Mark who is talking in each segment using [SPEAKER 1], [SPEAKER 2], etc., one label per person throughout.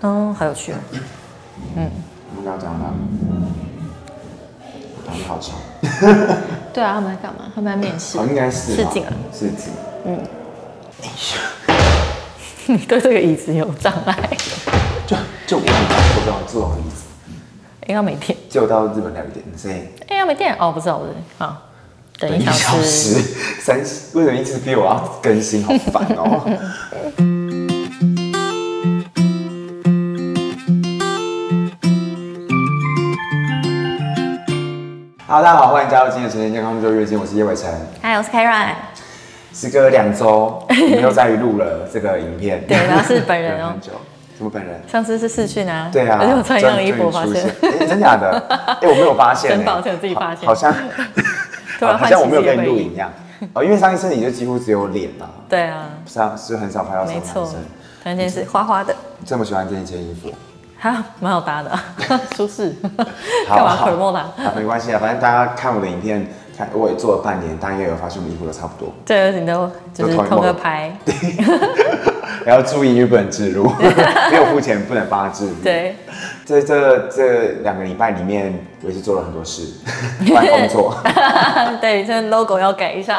[SPEAKER 1] 嗯，好有趣哦。
[SPEAKER 2] 他们刚刚讲到，他们好吵，
[SPEAKER 3] 对啊，他们在干嘛？他们在面试
[SPEAKER 2] 哦，。应该是
[SPEAKER 3] 是
[SPEAKER 1] 啊
[SPEAKER 2] 吧
[SPEAKER 3] 进来，
[SPEAKER 2] 是进。
[SPEAKER 1] 你对这个椅子有障碍？
[SPEAKER 2] 就就我们家坐这种这种椅子，
[SPEAKER 1] 应该没电。
[SPEAKER 2] 结果到日本两点，所以
[SPEAKER 1] 哎、要没电哦，不知道，不是好，等一
[SPEAKER 2] 一
[SPEAKER 1] 小
[SPEAKER 2] 小
[SPEAKER 1] 时。
[SPEAKER 2] 时三十，为什么一直逼我要更新？好烦哦！ 好，大家好，欢迎加入今天的晨间健康周月经，我是叶伟成。
[SPEAKER 1] 嗨，我是 Karen，
[SPEAKER 2] 时隔两 周，我们又在于录了这个影片。
[SPEAKER 1] 对然后是本人哦
[SPEAKER 2] 等 很久，什么本人？
[SPEAKER 1] 上次是试训啊，
[SPEAKER 2] 对啊，
[SPEAKER 1] 而且我穿一样的衣
[SPEAKER 2] 终
[SPEAKER 1] 服，
[SPEAKER 2] 于
[SPEAKER 1] 发
[SPEAKER 2] 出
[SPEAKER 1] 现
[SPEAKER 2] 现，哎真假的？ 哎，我没有发现欸，
[SPEAKER 1] 真抱歉我自己发现
[SPEAKER 2] 好 好像
[SPEAKER 1] 突然
[SPEAKER 2] 好
[SPEAKER 1] 唤
[SPEAKER 2] 像
[SPEAKER 1] 起
[SPEAKER 2] 我没有
[SPEAKER 1] 自己的
[SPEAKER 2] 跟你
[SPEAKER 1] 回
[SPEAKER 2] 录影
[SPEAKER 1] 忆。
[SPEAKER 2] 一样哦，因为上一次你就几乎只有脸啦，
[SPEAKER 1] 对啊，
[SPEAKER 2] 上是很少拍到什
[SPEAKER 1] 没
[SPEAKER 2] 么男
[SPEAKER 1] 错
[SPEAKER 2] 生。，
[SPEAKER 1] 团件是花花的，
[SPEAKER 2] 你这么喜欢这一件衣服，
[SPEAKER 1] 哈，蛮好搭的 啊，舒适。
[SPEAKER 2] 好
[SPEAKER 1] 干嘛
[SPEAKER 2] 好
[SPEAKER 1] promo 它？
[SPEAKER 2] 啊，没关系啊，反正大家看我的影片，看我也做了半年，大家也有发现我们衣服都差不多。
[SPEAKER 1] 对，你都就是
[SPEAKER 2] 都同一
[SPEAKER 1] 同个
[SPEAKER 2] 梦
[SPEAKER 1] 牌，
[SPEAKER 2] 也要注意于本置 入，没有付钱不能帮他置入。
[SPEAKER 1] 对，
[SPEAKER 2] 这这这两个礼拜里面，我也是做了很多事，包含工作。
[SPEAKER 1] 啊对，这 logo 要改一下。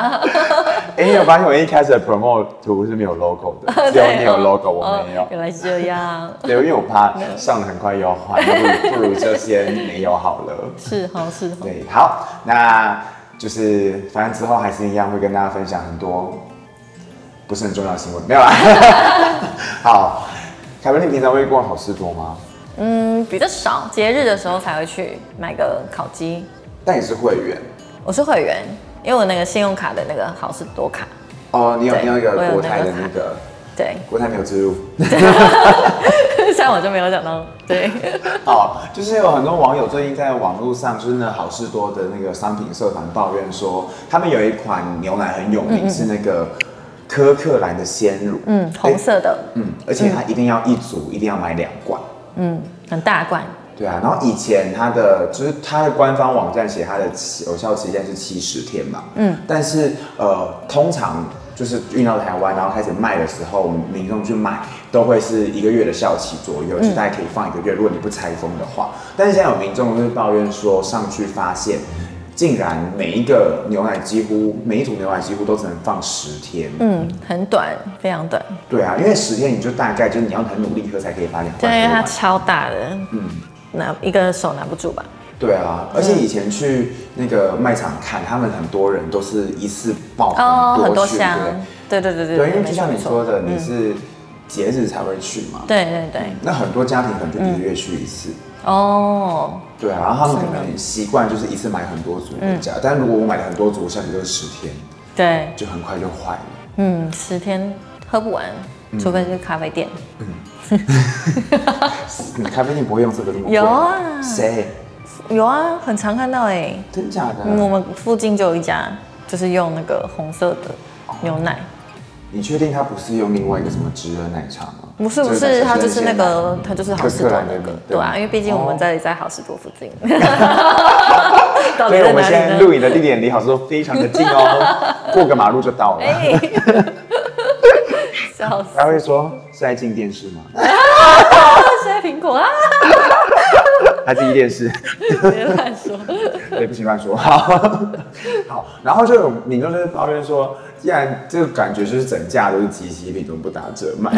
[SPEAKER 2] 哎、你有发现我一开始的 promo 图是没有 logo 的，只有
[SPEAKER 1] 对，
[SPEAKER 2] 你有 logo，、
[SPEAKER 1] 哦
[SPEAKER 2] 我没有。
[SPEAKER 1] 哦原来是这样，
[SPEAKER 2] 对，因为我怕上的很快又要换，不如不如就先没有好了。
[SPEAKER 1] 是好是哦好，
[SPEAKER 2] 对，好，那就是反正之后还是一样会跟大家分享很多不是很重要的新闻，没有啦。 好，凯文，你平常会逛好事多吗？
[SPEAKER 1] 嗯，比较少，节日的时候才会去买个烤鸡。
[SPEAKER 2] 但你是会员
[SPEAKER 1] 我是会员，因为我那个信用卡的那个好事多卡，
[SPEAKER 2] 哦，你有
[SPEAKER 1] 对
[SPEAKER 2] 你有一
[SPEAKER 1] 我
[SPEAKER 2] 个
[SPEAKER 1] 有
[SPEAKER 2] 国
[SPEAKER 1] 那
[SPEAKER 2] 泰
[SPEAKER 1] 个
[SPEAKER 2] 的那个
[SPEAKER 1] 对，
[SPEAKER 2] 国泰没有植入。
[SPEAKER 1] 虽然我就没有讲到，对，
[SPEAKER 2] 哦，就是有很多网友最近在网络上，就是那好事多的那个商品社团抱怨说，他们有一款牛奶很有名，是那个科克兰的鲜乳，
[SPEAKER 1] 嗯，红色的，
[SPEAKER 2] 嗯，而且它一定要一组，一定要买两罐。
[SPEAKER 1] 嗯，很大罐，
[SPEAKER 2] 对啊，然后以前它的就是它的官方网站写它的有效期限是七十天嘛，嗯，但是呃，通常就是运到台湾，然后开始卖的时候，民众去买都会是一个月的效期左
[SPEAKER 1] 嗯
[SPEAKER 2] 右，就大概可以放一个月，如果你不拆封的话。但是现在有民众就是抱怨说，上去发现竟然每一个牛奶几乎每一组牛奶几乎都只能放十天，
[SPEAKER 1] 嗯，很短，非常短，
[SPEAKER 2] 对啊，因为十天你就大概就是你要很努力喝才可以把两
[SPEAKER 1] 对，
[SPEAKER 2] 罐
[SPEAKER 1] 因
[SPEAKER 2] 喝
[SPEAKER 1] 为它
[SPEAKER 2] 完。
[SPEAKER 1] 超大的，嗯，拿一个手拿不住吧，
[SPEAKER 2] 对
[SPEAKER 1] 嗯
[SPEAKER 2] 啊，而且以前去那个卖场看，他们很多人都是一次爆
[SPEAKER 1] 哦，很多
[SPEAKER 2] 去，
[SPEAKER 1] 箱，对对对
[SPEAKER 2] 对
[SPEAKER 1] 对
[SPEAKER 2] 不对？对，因
[SPEAKER 1] 没
[SPEAKER 2] 为就
[SPEAKER 1] 错
[SPEAKER 2] 像你
[SPEAKER 1] 没错
[SPEAKER 2] 说的，你是节日才会去嘛。
[SPEAKER 1] 对对对，嗯
[SPEAKER 2] 那很多家庭可能就一个月去一次，
[SPEAKER 1] 哦，
[SPEAKER 2] 对啊，然后他们可能习惯就是一次买很多组回家，
[SPEAKER 1] 嗯
[SPEAKER 2] 但如果我买了很多组，下去就是十天，
[SPEAKER 1] 对，
[SPEAKER 2] 就很快就坏了。
[SPEAKER 1] 嗯，十天喝不完，
[SPEAKER 2] 嗯
[SPEAKER 1] 除非是咖啡店，
[SPEAKER 2] 你咖啡店不会用这个这么贵？
[SPEAKER 1] 有啊
[SPEAKER 2] 谁？
[SPEAKER 1] 有啊，很常看到哎，
[SPEAKER 2] 真假的？啊
[SPEAKER 1] 我们附近就有一家，就是用那个红色的牛奶。
[SPEAKER 2] 你确定他不是用另外一个什么植儿奶茶吗？
[SPEAKER 1] 不是不，
[SPEAKER 2] 就是
[SPEAKER 1] 它就是那
[SPEAKER 2] 鲜奶
[SPEAKER 1] 个，它就是好事多那
[SPEAKER 2] 可可
[SPEAKER 1] 个
[SPEAKER 2] 兰，
[SPEAKER 1] 对啊，
[SPEAKER 2] 对
[SPEAKER 1] 因为毕竟我们在在好事多附 近，到
[SPEAKER 2] 所
[SPEAKER 1] 底
[SPEAKER 2] 以
[SPEAKER 1] 在
[SPEAKER 2] 我们
[SPEAKER 1] 哪
[SPEAKER 2] 现在
[SPEAKER 1] 里
[SPEAKER 2] 录
[SPEAKER 1] 呢？
[SPEAKER 2] 影的地点离好市多非常的近 哦，过个马路就到了。
[SPEAKER 1] 哎， 笑死！
[SPEAKER 2] 他会说是在进电视吗？
[SPEAKER 1] 现在苹果啊，
[SPEAKER 2] 还是一电视？
[SPEAKER 1] 别乱说，
[SPEAKER 2] 对，不行乱说。好， 好，然后就有民众就是抱怨说，既然这个感觉就是整架都是集齐品，怎么不打折 卖？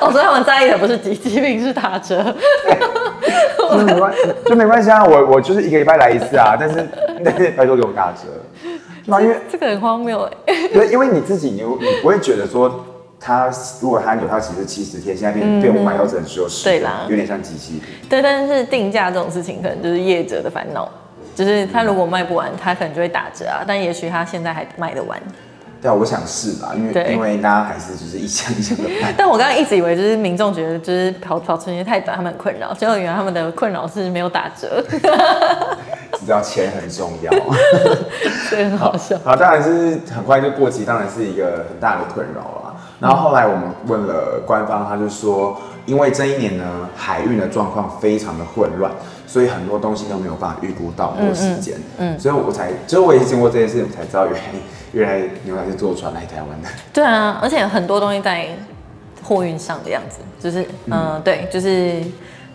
[SPEAKER 1] 哦，所以他们在意的不是集体病，是打折。
[SPEAKER 2] 就没关就没关系啊，我我就是一个礼拜来一次啊，但是 但是拜托给我打折，对啊吧？因为
[SPEAKER 1] 这个很荒谬哎，
[SPEAKER 2] 对，因为你自己你你不会觉得说。他如果他有效期是七十天，现在变变五百，要只能只有十，
[SPEAKER 1] 嗯对啦
[SPEAKER 2] 有点像集齐品。
[SPEAKER 1] 对，但是定价这种事情，可能就是业者的烦恼，就是他如果卖不完，他可能就会打折啊，但也许他现在还卖得完。
[SPEAKER 2] 对啊，我想是啦，因为
[SPEAKER 1] 对。
[SPEAKER 2] 因为大家还是就是一箱一箱的 买
[SPEAKER 1] 但我刚刚一直以为就是民众觉得就是跑跑春节太短，他们很困扰，结果原来他们的困扰是没有打折，
[SPEAKER 2] 知道钱很重要。啊
[SPEAKER 1] 所以很好笑。
[SPEAKER 2] 好，当然是很快就过期，当然是一个很大的困扰啦。然后后来我们问了官方，他就说，因为这一年呢，海运的状况非常的混乱，所以很多东西都没有办法预估到或时间。嗯，所以我才，就是我也经过这件事情，我才知道原来原来牛奶是坐船来台湾的。
[SPEAKER 1] 对啊，而且很多东西在货运上的样子，就是嗯、呃对，就是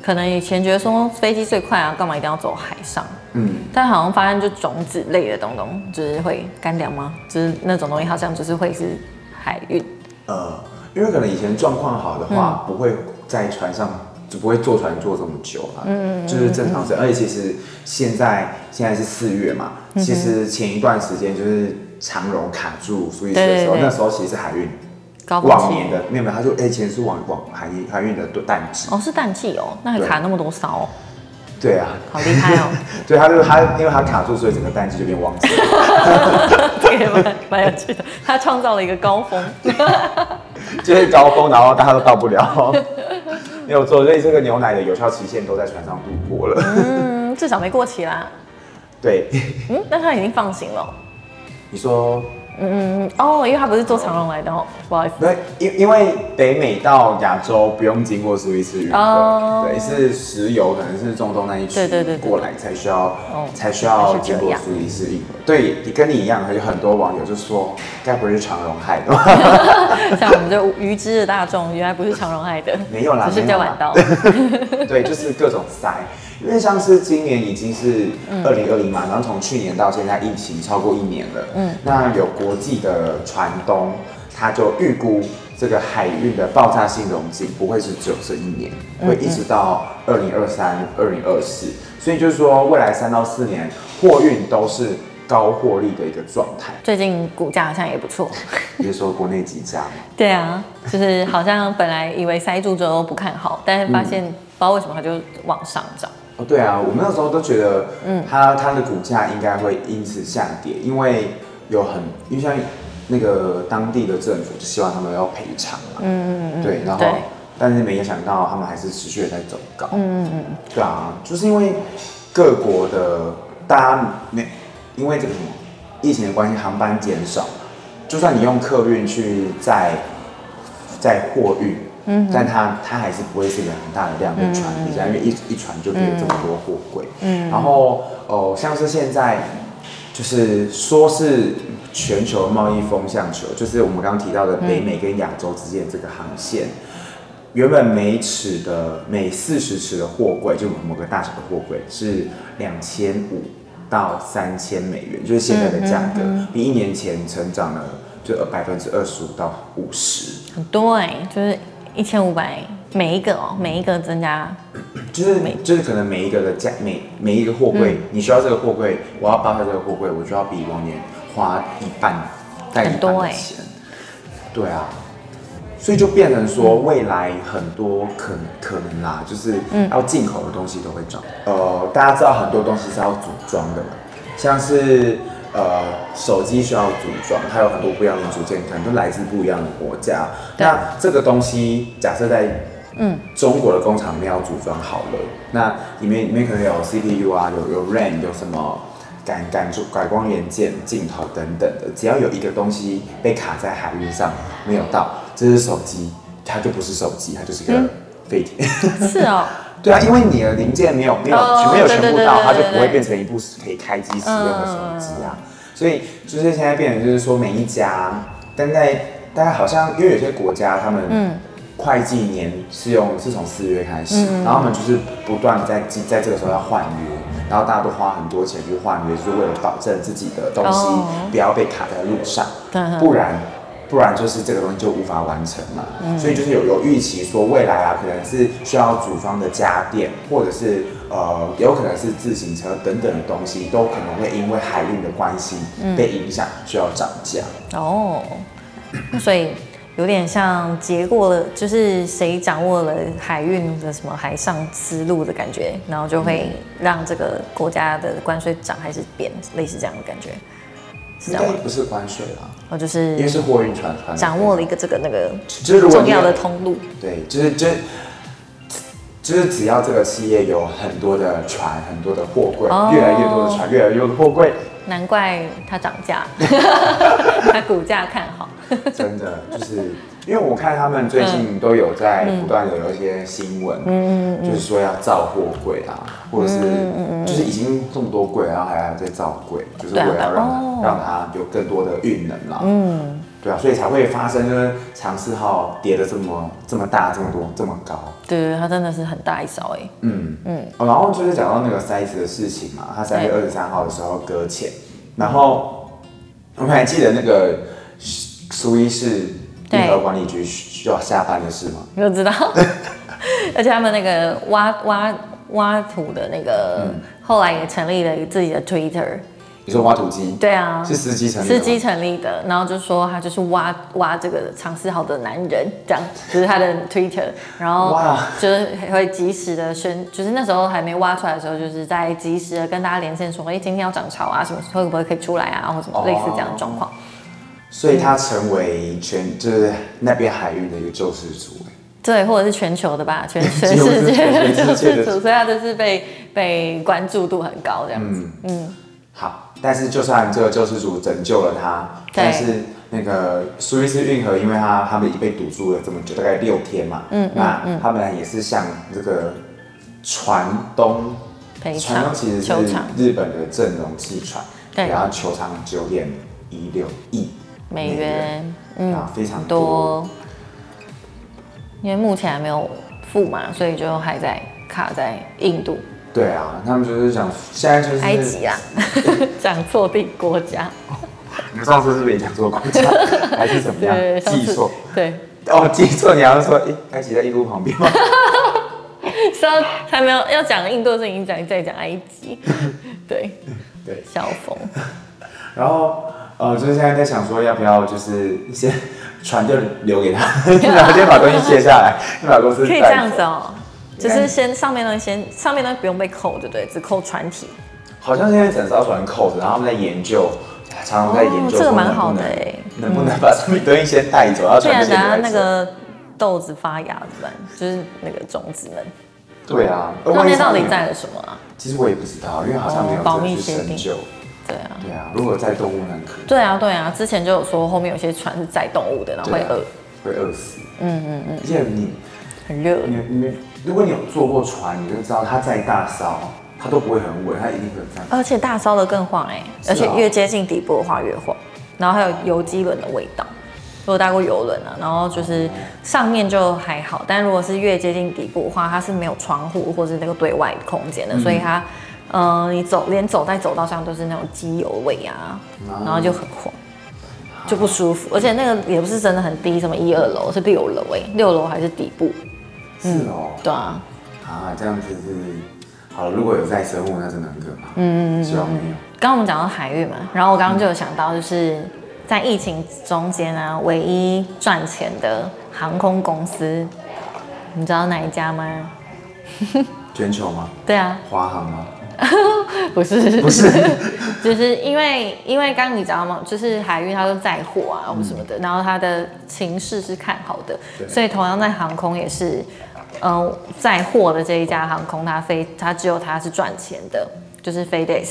[SPEAKER 1] 可能以前觉得说飞机最快啊，干嘛一定要走海上？
[SPEAKER 2] 嗯，
[SPEAKER 1] 但好像发现就种子类的东东，就是会干粮吗？就是那种东西好像就是会是海运，
[SPEAKER 2] 呃，因为可能以前状况好的
[SPEAKER 1] 嗯
[SPEAKER 2] 话，不会在船上就不会坐船坐这么久啊，嗯，就是正常是，而且其实现在现在是四月嘛，
[SPEAKER 1] 嗯
[SPEAKER 2] 其实前一段时间就是长荣卡住苏伊士的时
[SPEAKER 1] 对
[SPEAKER 2] 候，
[SPEAKER 1] 对对哦
[SPEAKER 2] 那时候其实是海运
[SPEAKER 1] 高峰
[SPEAKER 2] 往
[SPEAKER 1] 期
[SPEAKER 2] 年的，没有没有，他就哎、前是往往海运海运的淡季，
[SPEAKER 1] 哦，是淡季哦，那还
[SPEAKER 2] 对
[SPEAKER 1] 卡那么多骚、哦，
[SPEAKER 2] 对啊，
[SPEAKER 1] 好厉害哦，
[SPEAKER 2] 对，他就是他，因为他卡住，所以整个淡季就变旺季。
[SPEAKER 1] 这个也蛮蛮有趣的，他创造了一个高峰。
[SPEAKER 2] 就是高峰，然后大家都到 不了。没有错，所以这个牛奶的有效期限都在船上度过了。
[SPEAKER 1] 嗯，至少没过期啦。
[SPEAKER 2] 对，
[SPEAKER 1] 嗯，但他已经放行了哦。
[SPEAKER 2] 你说，
[SPEAKER 1] 嗯，哦，因为他不是坐长龙来的哦，不好意思。
[SPEAKER 2] 那因因为北美到亚洲不用经过苏伊士运河，
[SPEAKER 1] 哦
[SPEAKER 2] 对，是石油可能是中东那一区
[SPEAKER 1] 对对对对
[SPEAKER 2] 过来才需要、
[SPEAKER 1] 哦
[SPEAKER 2] 才需要
[SPEAKER 1] 还是这
[SPEAKER 2] 经
[SPEAKER 1] 样
[SPEAKER 2] 过苏伊士运河。对，跟你一样，有很多网友就说，该不会是长荣害的吧？
[SPEAKER 1] 像我们这愚知的大众，原来不是长荣害的，
[SPEAKER 2] 没有啦
[SPEAKER 1] 只是比较晚到。
[SPEAKER 2] 对，就是各种塞。因为像是今年已经是二零二零嘛，然后从去年到现在疫情超过一年了，嗯，那有国际的船东他就预估这个海运的爆炸性容积不会是只有这一年，会一直到二零二三、二零二四，所以就是说未来三到四年货运都是高获利的一个状态。
[SPEAKER 1] 最近股价好像也不错。
[SPEAKER 2] 比如说国内几家嘛，
[SPEAKER 1] 对啊，就是好像本来以为塞住之后不看好，但是发现不
[SPEAKER 2] 嗯
[SPEAKER 1] 知道为什么它就往上涨。
[SPEAKER 2] 哦，对啊，我们那时候都觉得，嗯，它它的股价应该会因此下跌，因为有很，因为像那个当地的政府就希望他们要赔偿嘛，嗯嗯嗯，对，然后
[SPEAKER 1] 对
[SPEAKER 2] 但是没想到他们还是持续的在走高，嗯嗯嗯，对啊，就是因为各国的大家没因为这个什么疫情的关系，航班减少，就算你用客运去载载货运，嗯，但它它还是不会是一个很大的量的船比较，因为一一船就可以有这么多货柜，嗯，然后哦、呃像是现在就是说是全球贸易风向球，就是我们刚刚提到的北美跟亚洲之间的这个航线。原本每尺的每四十尺的货柜，就某个大小的货柜是两千五到三千美元，就是现在的价格，比一年前成长了就百分之二十五到五十，
[SPEAKER 1] 很多哎、就是一千五百每一个哦，每一个增加。
[SPEAKER 2] 就是就是可能每一个的价每每一个货柜，
[SPEAKER 1] 嗯
[SPEAKER 2] 你需要这个货柜，我要包下这个货柜，我就要比往年花一半，带一
[SPEAKER 1] 很多
[SPEAKER 2] 半的
[SPEAKER 1] 欸
[SPEAKER 2] 钱，对啊，所以就变成说，
[SPEAKER 1] 嗯
[SPEAKER 2] 未来很多可可能啦，就是
[SPEAKER 1] 嗯
[SPEAKER 2] 要进口的东西都会涨。呃，大家知道很多东西是要组装的嘛，像是呃手机需要组装，它有很多不一样的组件，可能都来自不一样的国家。
[SPEAKER 1] 对
[SPEAKER 2] 那这个东西假设在嗯中国的工厂里面要组装好了，那里面里面可能有 CPU 啊，有有 RAM，有什么。感感触感光元件、镜头等等的，只要有一个东西被卡在海运上没有到，这是手机，它就不是手机，它就是个废铁。
[SPEAKER 1] 是哦，
[SPEAKER 2] 对啊，因为你的零件没有没有、
[SPEAKER 1] 哦
[SPEAKER 2] 没有全部到，
[SPEAKER 1] 对对对对嗯
[SPEAKER 2] 它就不会变成一部可以开机使用的手机啊。所以就是现在变成就是说每一家，但在大家好像因为有些国家他们
[SPEAKER 1] 嗯
[SPEAKER 2] 会计年是用是从四月开始，
[SPEAKER 1] 嗯
[SPEAKER 2] 然后他们就是不断地在记在这个时候要换约，然后大家都花很多钱去换约，就是为了保证自己的东西
[SPEAKER 1] 哦嗯
[SPEAKER 2] 不要被卡在路上
[SPEAKER 1] 对对，
[SPEAKER 2] 不然不然就是这个东西就无法完成嘛。
[SPEAKER 1] 嗯
[SPEAKER 2] 所以就是有有预期说未来啊，可能是需要组装的家电，或者是呃，有可能是自行车等等的东西，都可能会因为海运的关系
[SPEAKER 1] 嗯
[SPEAKER 2] 被影响，需要涨价。
[SPEAKER 1] 哦，那所以有点像结过了，就是谁掌握了海运的什么海上丝路的感觉，然后就会让这个国家的关税涨还是变，类似这样的感觉，是
[SPEAKER 2] 应
[SPEAKER 1] 这样
[SPEAKER 2] 该
[SPEAKER 1] 吗？
[SPEAKER 2] 不是关税啦，
[SPEAKER 1] 哦，就
[SPEAKER 2] 因为
[SPEAKER 1] 是
[SPEAKER 2] 是货运船船
[SPEAKER 1] 掌握了一个这个那个
[SPEAKER 2] 就是如果
[SPEAKER 1] 重
[SPEAKER 2] 你有
[SPEAKER 1] 要的通路，
[SPEAKER 2] 对，就是就是就是只要这个企业有很多的船，很多的货柜，
[SPEAKER 1] 哦
[SPEAKER 2] 越来越多的船，越来越多的货柜，
[SPEAKER 1] 难怪它涨价， 它股价看好。
[SPEAKER 2] 真的就是，因为我看他们最近都有在
[SPEAKER 1] 嗯
[SPEAKER 2] 不断的有一些新闻，就是说要造货柜啊，或者
[SPEAKER 1] 嗯
[SPEAKER 2] 是就是已经这么多柜，然后还要再造柜，就是为
[SPEAKER 1] 对啊
[SPEAKER 2] 了要让它、
[SPEAKER 1] 哦
[SPEAKER 2] 让它有更多的运能啦。嗯，对啊，所以才会发生就是长四号跌的这么这么大，这么多，这么高。
[SPEAKER 1] 对对，它真的是很大一勺哎。
[SPEAKER 2] 嗯嗯、哦然后就是讲到那个塞子的事情嘛，他三月二十三号的时候搁浅，然后我们还记得那个苏苏伊士运河
[SPEAKER 1] 对
[SPEAKER 2] 管理局需要下班的事吗？
[SPEAKER 1] 我知 道，而且他们那个挖挖挖土的那个，
[SPEAKER 2] 嗯
[SPEAKER 1] 后来也成立了自己的 Twitter。
[SPEAKER 2] 你说挖土机？
[SPEAKER 1] 对啊，
[SPEAKER 2] 是司机成立的
[SPEAKER 1] 司
[SPEAKER 2] 吗
[SPEAKER 1] 机成立的，然后就说他就是挖挖这个常思豪的男人，这样这、是他的 Twitter，然后
[SPEAKER 2] 哇
[SPEAKER 1] 就是会及时的宣，就是那时候还没挖出来的时候，就是在及时的跟大家连线说，哎、今天要涨潮啊，什么时候会不会可以出来啊，或什
[SPEAKER 2] 哦
[SPEAKER 1] 么类似这样的状况。
[SPEAKER 2] 所以他成为全就是那边海运的一个救世主、哎
[SPEAKER 1] 对，或者是全球的 吧，全全
[SPEAKER 2] 几乎是
[SPEAKER 1] 世界的
[SPEAKER 2] 全
[SPEAKER 1] 救
[SPEAKER 2] 世界的
[SPEAKER 1] 世主，所以他就是被被关注度很高这样子。
[SPEAKER 2] 嗯好，但是就算这个救世主拯救了他，
[SPEAKER 1] 对
[SPEAKER 2] 但是那个苏伊士运河，因为他他们被堵住了这么久，大概六天嘛，嗯，那他们也是向这个船东
[SPEAKER 1] 赔偿
[SPEAKER 2] 船东其实是
[SPEAKER 1] 求偿
[SPEAKER 2] 日本的正荣汽船，
[SPEAKER 1] 对
[SPEAKER 2] 然后求偿九点一六亿
[SPEAKER 1] 美元，
[SPEAKER 2] 嗯，啊，非常多，
[SPEAKER 1] 多，因为目前还没有付嘛，所以就还在卡在印度、
[SPEAKER 2] 对啊，他们就是想现在就是
[SPEAKER 1] 埃及啊 啦，讲错地国家，
[SPEAKER 2] 你们上次是不是也讲错国 家还是怎么样
[SPEAKER 1] 对，？上
[SPEAKER 2] 记
[SPEAKER 1] 次
[SPEAKER 2] 错
[SPEAKER 1] 对，
[SPEAKER 2] 哦，记错，你还要说诶埃及在印度 旁边吗？
[SPEAKER 1] 上还没有要讲印度的事情，讲再讲埃 及，对
[SPEAKER 2] 对
[SPEAKER 1] 笑疯，
[SPEAKER 2] 然后呃，就是现在在想说要不要就是先船就 留给他，然后先把东西卸下来，先把公司
[SPEAKER 1] 可以
[SPEAKER 2] 带
[SPEAKER 1] 这样
[SPEAKER 2] 走
[SPEAKER 1] 子。哦、就
[SPEAKER 2] 对
[SPEAKER 1] 是先上面东西先上面东西不用被扣，对不对？只扣船体，
[SPEAKER 2] 好像现在整艘船扣着，然后他们在研究，常常在研究、
[SPEAKER 1] 哦这个蛮好的哎
[SPEAKER 2] 能不能把上面东西先带走，然后
[SPEAKER 1] 不然等
[SPEAKER 2] 船就先
[SPEAKER 1] 下
[SPEAKER 2] 留
[SPEAKER 1] 那
[SPEAKER 2] 在这。
[SPEAKER 1] 个豆子发芽怎么办？就是那个种子们，
[SPEAKER 2] 对啊，
[SPEAKER 1] 上面到底
[SPEAKER 2] 万一
[SPEAKER 1] 载了什么啊？
[SPEAKER 2] 其实我也不知道，因为好像没有
[SPEAKER 1] 哦保密
[SPEAKER 2] 真的去
[SPEAKER 1] 协
[SPEAKER 2] 深
[SPEAKER 1] 定
[SPEAKER 2] 究。
[SPEAKER 1] 对啊。
[SPEAKER 2] 对啊，如果在动物那很可
[SPEAKER 1] 对啊，对啊，之前就有说后面有些船是载动物的，然后
[SPEAKER 2] 能
[SPEAKER 1] 会饿，
[SPEAKER 2] 啊会饿死。嗯嗯嗯。而且你
[SPEAKER 1] 很热。
[SPEAKER 2] 你你，如果你有坐过船，你就知道它再大艘，它都不会很稳，它一定会这样。
[SPEAKER 1] 而且大烧的更晃哎、
[SPEAKER 2] 是啊
[SPEAKER 1] 而且越接近底部的话越晃，然后还有游机轮的味道。我有搭过游轮啊，然后就是上面就还好，但如果是越接近底部的话，它是没有窗户或是那个对外空间的，所以它，嗯、你走连走在走道上都是那种机油味啊，然后就很晃，就不舒服。而且那个也不是真的很低，什么一二楼是六楼哎、六楼还是底部，
[SPEAKER 2] 是哦，
[SPEAKER 1] 对啊，
[SPEAKER 2] 啊，这样子是好了。如果有再生物，那真的很可怕。嗯，希望没有。
[SPEAKER 1] 刚刚我们讲到海运嘛，然后我刚刚就有想到，就是在疫情中间啊，唯一赚钱的航空公司，你知道哪一家吗？
[SPEAKER 2] 全球吗？
[SPEAKER 1] 对啊，
[SPEAKER 2] 华航 吗？
[SPEAKER 1] 不是，
[SPEAKER 2] 不是，
[SPEAKER 1] 就是因为因为刚刚你知道吗？就是海运它都载货啊或什么的，然后它的情势是看好的
[SPEAKER 2] 嗯对，
[SPEAKER 1] 所以同样在航空也是，嗯、载货的这一家航空，它飞它只有它是赚钱的，就是 FedEx，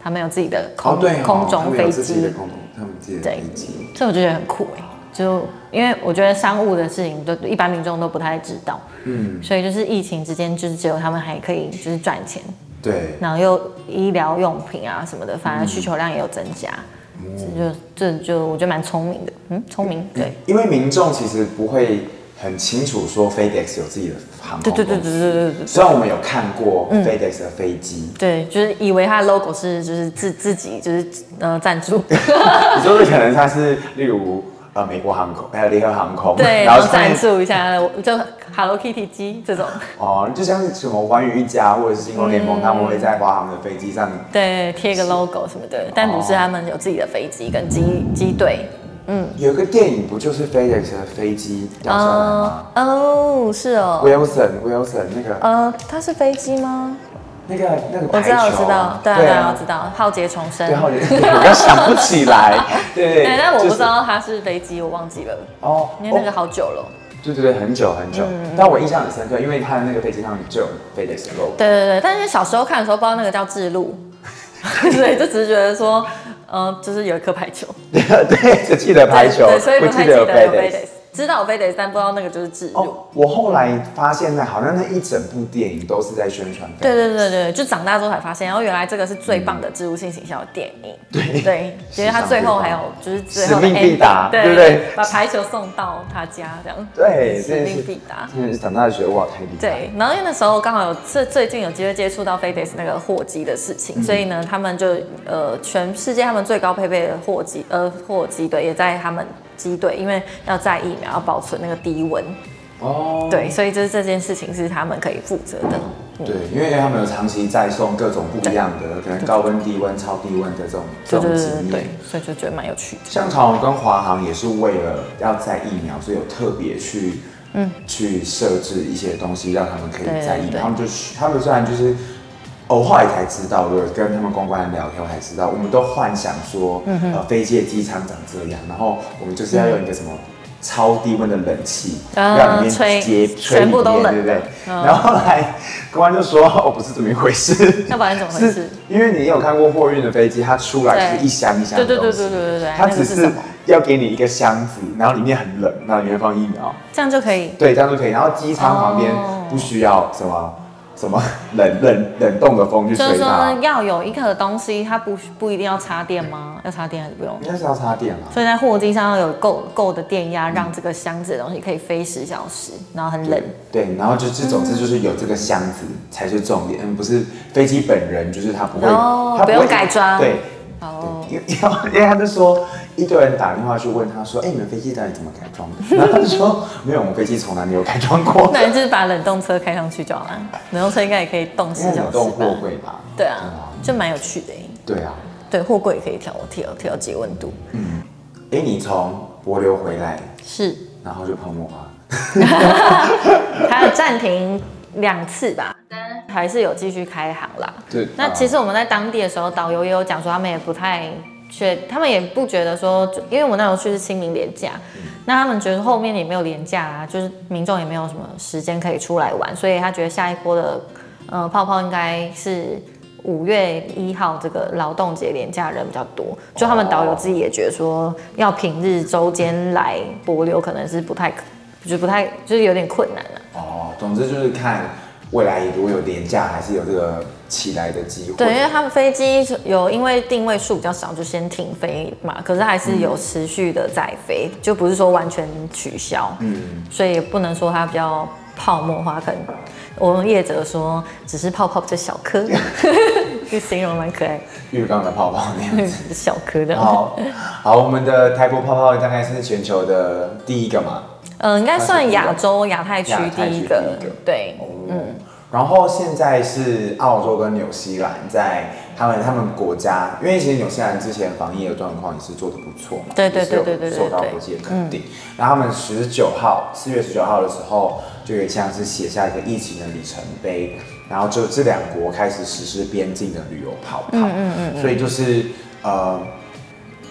[SPEAKER 1] 它们有自己的空、
[SPEAKER 2] 哦，对哦，
[SPEAKER 1] 空
[SPEAKER 2] 他
[SPEAKER 1] 中
[SPEAKER 2] 们有
[SPEAKER 1] 飞
[SPEAKER 2] 自己
[SPEAKER 1] 机
[SPEAKER 2] 的，空中，他们自己的
[SPEAKER 1] 对
[SPEAKER 2] 飞机。
[SPEAKER 1] 这我就觉得很酷哎、就因为我觉得商务的事情都一般民众都不太知道，嗯，所以就是疫情之间，就是只有他们还可以就是赚钱，
[SPEAKER 2] 对，
[SPEAKER 1] 然后又医疗用品啊什么的，反而需求量也有增加，这就这就我觉得蛮聪明的，嗯，聪明，对，
[SPEAKER 2] 因为民众其实不会很清楚说 FedEx 有自己的航空
[SPEAKER 1] 对对
[SPEAKER 2] 公司。
[SPEAKER 1] 对嗯对对对对。
[SPEAKER 2] 虽然我们有看过 FedEx 的飞机，
[SPEAKER 1] 对，就是以为它的 logo 是就是自自己就是呃赞助，
[SPEAKER 2] 你说的可能它是例如呃美国航空，还有联合航空，
[SPEAKER 1] 对，然后
[SPEAKER 2] 上面
[SPEAKER 1] 赞助一下就 Hello Kitty 机这种，
[SPEAKER 2] 哦，就像是什么寰宇一家或者是星空
[SPEAKER 1] 嗯
[SPEAKER 2] 联盟，他们会在华航的飞机上
[SPEAKER 1] 对，贴个 logo 什么的，但不是他们有自己的飞机跟机机队。
[SPEAKER 2] 有一个电影不就是 FedEx 的飞机掉下来吗、
[SPEAKER 1] 哦，是哦
[SPEAKER 2] w，i l s o n Wilson 那个、
[SPEAKER 1] 呃，它是飞机吗？
[SPEAKER 2] 那个那个
[SPEAKER 1] 我
[SPEAKER 2] 排
[SPEAKER 1] 知
[SPEAKER 2] 球
[SPEAKER 1] 道，我
[SPEAKER 2] 啊，
[SPEAKER 1] 知道，对啊，对
[SPEAKER 2] 对
[SPEAKER 1] 啊，我
[SPEAKER 2] 啊
[SPEAKER 1] 知道，浩劫重生
[SPEAKER 2] 对。 浩劫，我刚想不起来，对
[SPEAKER 1] 对，但我不知、
[SPEAKER 2] 就是
[SPEAKER 1] 道它是飞机，我忘记了，
[SPEAKER 2] 哦，
[SPEAKER 1] 因为那个嗯
[SPEAKER 2] 哦
[SPEAKER 1] 好久了。
[SPEAKER 2] 对对对，很久很久、但我印象很深刻，因为他的那个飞机上就有 FedEx 的 logo，
[SPEAKER 1] 对对对，但是小时候看的时候不知道那个叫制 路，所以就只是觉得说，呃，就是有一颗排球，
[SPEAKER 2] 对，只记得排球，
[SPEAKER 1] 对，所以不太记
[SPEAKER 2] 有
[SPEAKER 1] 得有
[SPEAKER 2] FedEx，
[SPEAKER 1] FedEx。知道非得三，不知道那个就是置入。
[SPEAKER 2] 哦，我后来发现呢，好像那一整部电影都是在宣传
[SPEAKER 1] 对对对对，就长大之后才发现，然后哦原来这个是最棒的植入性行销的电影。对对，其实他最后还有就是最后的
[SPEAKER 2] 使命必达
[SPEAKER 1] ending，
[SPEAKER 2] 对不对
[SPEAKER 1] 把排球送到他家这样。嗯
[SPEAKER 2] 对，
[SPEAKER 1] 使
[SPEAKER 2] 真的
[SPEAKER 1] 命
[SPEAKER 2] 是
[SPEAKER 1] 必达。
[SPEAKER 2] 真的是长大就觉得哇，太厉害。，
[SPEAKER 1] 对，然后因为那时候刚好有最最近有机会接触到 FedEx 那个货机的事
[SPEAKER 2] 嗯
[SPEAKER 1] 情，所以呢，他们就呃全世界他们最高配备的货机呃货机队也在他们机队，因为要在疫苗要保存那个低温，
[SPEAKER 2] 哦，
[SPEAKER 1] 对，所以就是这件事情是他们可以负责的。
[SPEAKER 2] 对，因为他们有长期在送各种不一样的，可能高温、低温、超低温的这种这
[SPEAKER 1] 对
[SPEAKER 2] 种
[SPEAKER 1] 对对
[SPEAKER 2] 经
[SPEAKER 1] 对
[SPEAKER 2] 验
[SPEAKER 1] 对。，所以就觉得蛮有趣的。
[SPEAKER 2] 像长荣跟华航也是为了要在疫苗，所以有特别去嗯去设置一些东西，让他们可以在
[SPEAKER 1] 对
[SPEAKER 2] 疫
[SPEAKER 1] 对对
[SPEAKER 2] 苗。他们就是他们虽然就是，哦，后来才知道，我有跟他们公关聊天，我才知道，我们都幻想说，
[SPEAKER 1] 嗯
[SPEAKER 2] 呃，飞机的机舱长这样，然后我们就是要用一个什么。超低温的冷气，
[SPEAKER 1] 啊
[SPEAKER 2] 让里面
[SPEAKER 1] 吹
[SPEAKER 2] 结吹
[SPEAKER 1] 全部都
[SPEAKER 2] 里面
[SPEAKER 1] 冷
[SPEAKER 2] 对不对？
[SPEAKER 1] 嗯
[SPEAKER 2] 然后后来公安就说：“ 哦，不是这么一回事。”
[SPEAKER 1] 那不 然怎么回事
[SPEAKER 2] 是因为你有看过货运的飞机，它出来就是
[SPEAKER 1] 对
[SPEAKER 2] 一箱一箱的
[SPEAKER 1] 对对
[SPEAKER 2] 东
[SPEAKER 1] 对
[SPEAKER 2] 西。
[SPEAKER 1] 对对对对
[SPEAKER 2] 它
[SPEAKER 1] 那个
[SPEAKER 2] 只
[SPEAKER 1] 是
[SPEAKER 2] 是
[SPEAKER 1] 什么
[SPEAKER 2] 要给你一个箱子，然后里面很冷，然后里面放疫苗，
[SPEAKER 1] 这样就可以
[SPEAKER 2] 对，这样就可以。然后机舱旁边
[SPEAKER 1] 嗯哦
[SPEAKER 2] 不需要什么什么 冷冷冷冻的风去
[SPEAKER 1] 就是
[SPEAKER 2] 吹它
[SPEAKER 1] 说，要有一个东西，它不不一定要插电吗？要插电还是不用？
[SPEAKER 2] 应该是要插电啦。
[SPEAKER 1] 所以在货机上要有够够的电压，让这个箱子的东西可以飞十小时，然后很冷。
[SPEAKER 2] 对，然后就是总之就是有这个箱子才是重点，嗯，不是飞机本人，就是它不会，
[SPEAKER 1] 哦
[SPEAKER 2] 它会
[SPEAKER 1] 不用改装
[SPEAKER 2] 对，
[SPEAKER 1] 哦，
[SPEAKER 2] 因为 因为他就说，一堆人打电话去问他说：“哎、你们飞机到底怎么改装的？” 然后他就说：“没有，我们飞机从来没有改装过，
[SPEAKER 1] 那你就是把冷冻车开上去就好了，冷冻车应该也可以冻十
[SPEAKER 2] 因为
[SPEAKER 1] 小
[SPEAKER 2] 冷
[SPEAKER 1] 时
[SPEAKER 2] 冻
[SPEAKER 1] 吧
[SPEAKER 2] 货？柜吧？”
[SPEAKER 1] 对啊，就蛮有趣的耶。
[SPEAKER 2] 对啊。
[SPEAKER 1] 对，货柜也可以调调调节温度。
[SPEAKER 2] 哎、你从柏流回来，
[SPEAKER 1] 是，
[SPEAKER 2] 然后就泡沫化，
[SPEAKER 1] 它暂停两次吧，但还是有继续开航啦。
[SPEAKER 2] 对
[SPEAKER 1] 那其实我们在当地的时候，导游也有讲说，他们也不太确，他们也不觉得说，就因为我那时候去是清明连假，那他们觉得后面也没有连假啊，就是民众也没有什么时间可以出来玩，所以他觉得下一波的呃泡泡应该是。五月一号这个劳动节连假人比较多，就他们导游自己也觉得说，要平日周间来博流可能是不太可，就不太就是有点困难啊了、
[SPEAKER 2] 哦，总之就是看未来如果有廉价，还是有这个起来的机会。
[SPEAKER 1] 对，因为他们飞机有因为定位数比较少，就先停飞嘛，可是还是
[SPEAKER 2] 嗯
[SPEAKER 1] 有持续的在飞，就不是说完全取消，嗯，所以也不能说它比较泡沫化，可能我们业者说只是泡泡比较小颗， 就形容蛮可爱
[SPEAKER 2] 浴缸的泡泡那样
[SPEAKER 1] 的，
[SPEAKER 2] 子。
[SPEAKER 1] 小颗的，
[SPEAKER 2] 好好，我们的台国泡泡大概是全球的第一个嘛，
[SPEAKER 1] 嗯，应该算亚洲亚太区
[SPEAKER 2] 亚
[SPEAKER 1] 第
[SPEAKER 2] 太区
[SPEAKER 1] 一个
[SPEAKER 2] 第一个，
[SPEAKER 1] 对，
[SPEAKER 2] 嗯，然后现在是澳洲跟纽西兰在他们他们国家，因为其实纽西兰之前防疫的状况也是做的不错嘛，
[SPEAKER 1] 对对
[SPEAKER 2] 也是有
[SPEAKER 1] 对对对对
[SPEAKER 2] 受到
[SPEAKER 1] 对嗯
[SPEAKER 2] 国际的肯定。然后他们十九号，四月十九号的时候，就有点像是写下一个疫情的里程碑，然后就这两国开始实施边境的旅游泡泡，嗯嗯嗯，所以就是呃。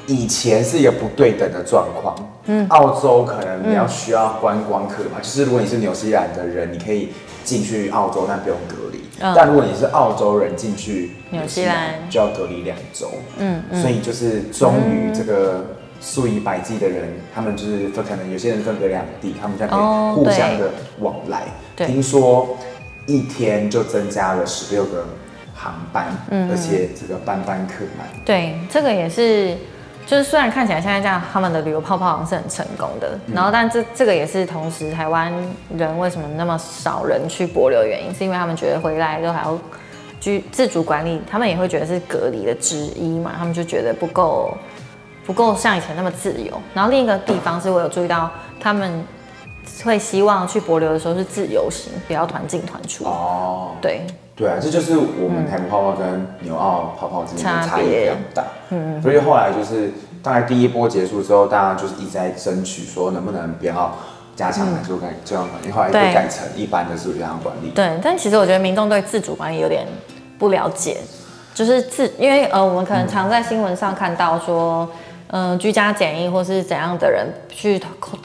[SPEAKER 2] 以前是一个不对等的状况。嗯，澳洲可能比较需要观光客嘛，就是如果你是纽西兰的人，你可以进去澳洲，但不用隔离。
[SPEAKER 1] 嗯
[SPEAKER 2] 但如果你是澳洲人进去
[SPEAKER 1] 纽西兰
[SPEAKER 2] 就要隔离两周。嗯，所以就是终于这个数以百计的人，他们就是分可能有些人分隔两地，他们这样可以
[SPEAKER 1] 哦
[SPEAKER 2] 互相的往来。
[SPEAKER 1] 对
[SPEAKER 2] 听说一天就增加了十六个航班，
[SPEAKER 1] 嗯
[SPEAKER 2] 而且这个班班客满。
[SPEAKER 1] 对，这个也是，就是虽然看起来现在这样，他们的旅游泡泡好像是很成功的，然后但这这个也是同时台湾人为什么那么少人去博流的原因，是因为他们觉得回来都还要居自主管理，他们也会觉得是隔离的之一嘛，他们就觉得不够不够像以前那么自由。然后另一个地方是我有注意到他们。会希望去博流的时候是自由行，不要团进团出。
[SPEAKER 2] 哦，
[SPEAKER 1] 对，
[SPEAKER 2] 对啊，这就是我们台湾泡泡跟纽澳泡泡之间的差异非常大。嗯，所以后来就是，当然第一波结束之后，大家就是一直在争取说能不能不要加强来做改这样管理，后来就
[SPEAKER 1] 对
[SPEAKER 2] 改成一般的是这样管理。
[SPEAKER 1] 对，但其实我觉得民众对自主管理有点不了解，就是自，因为呃，我们可能常在新闻上看到说，嗯、居家检疫或是怎样的人去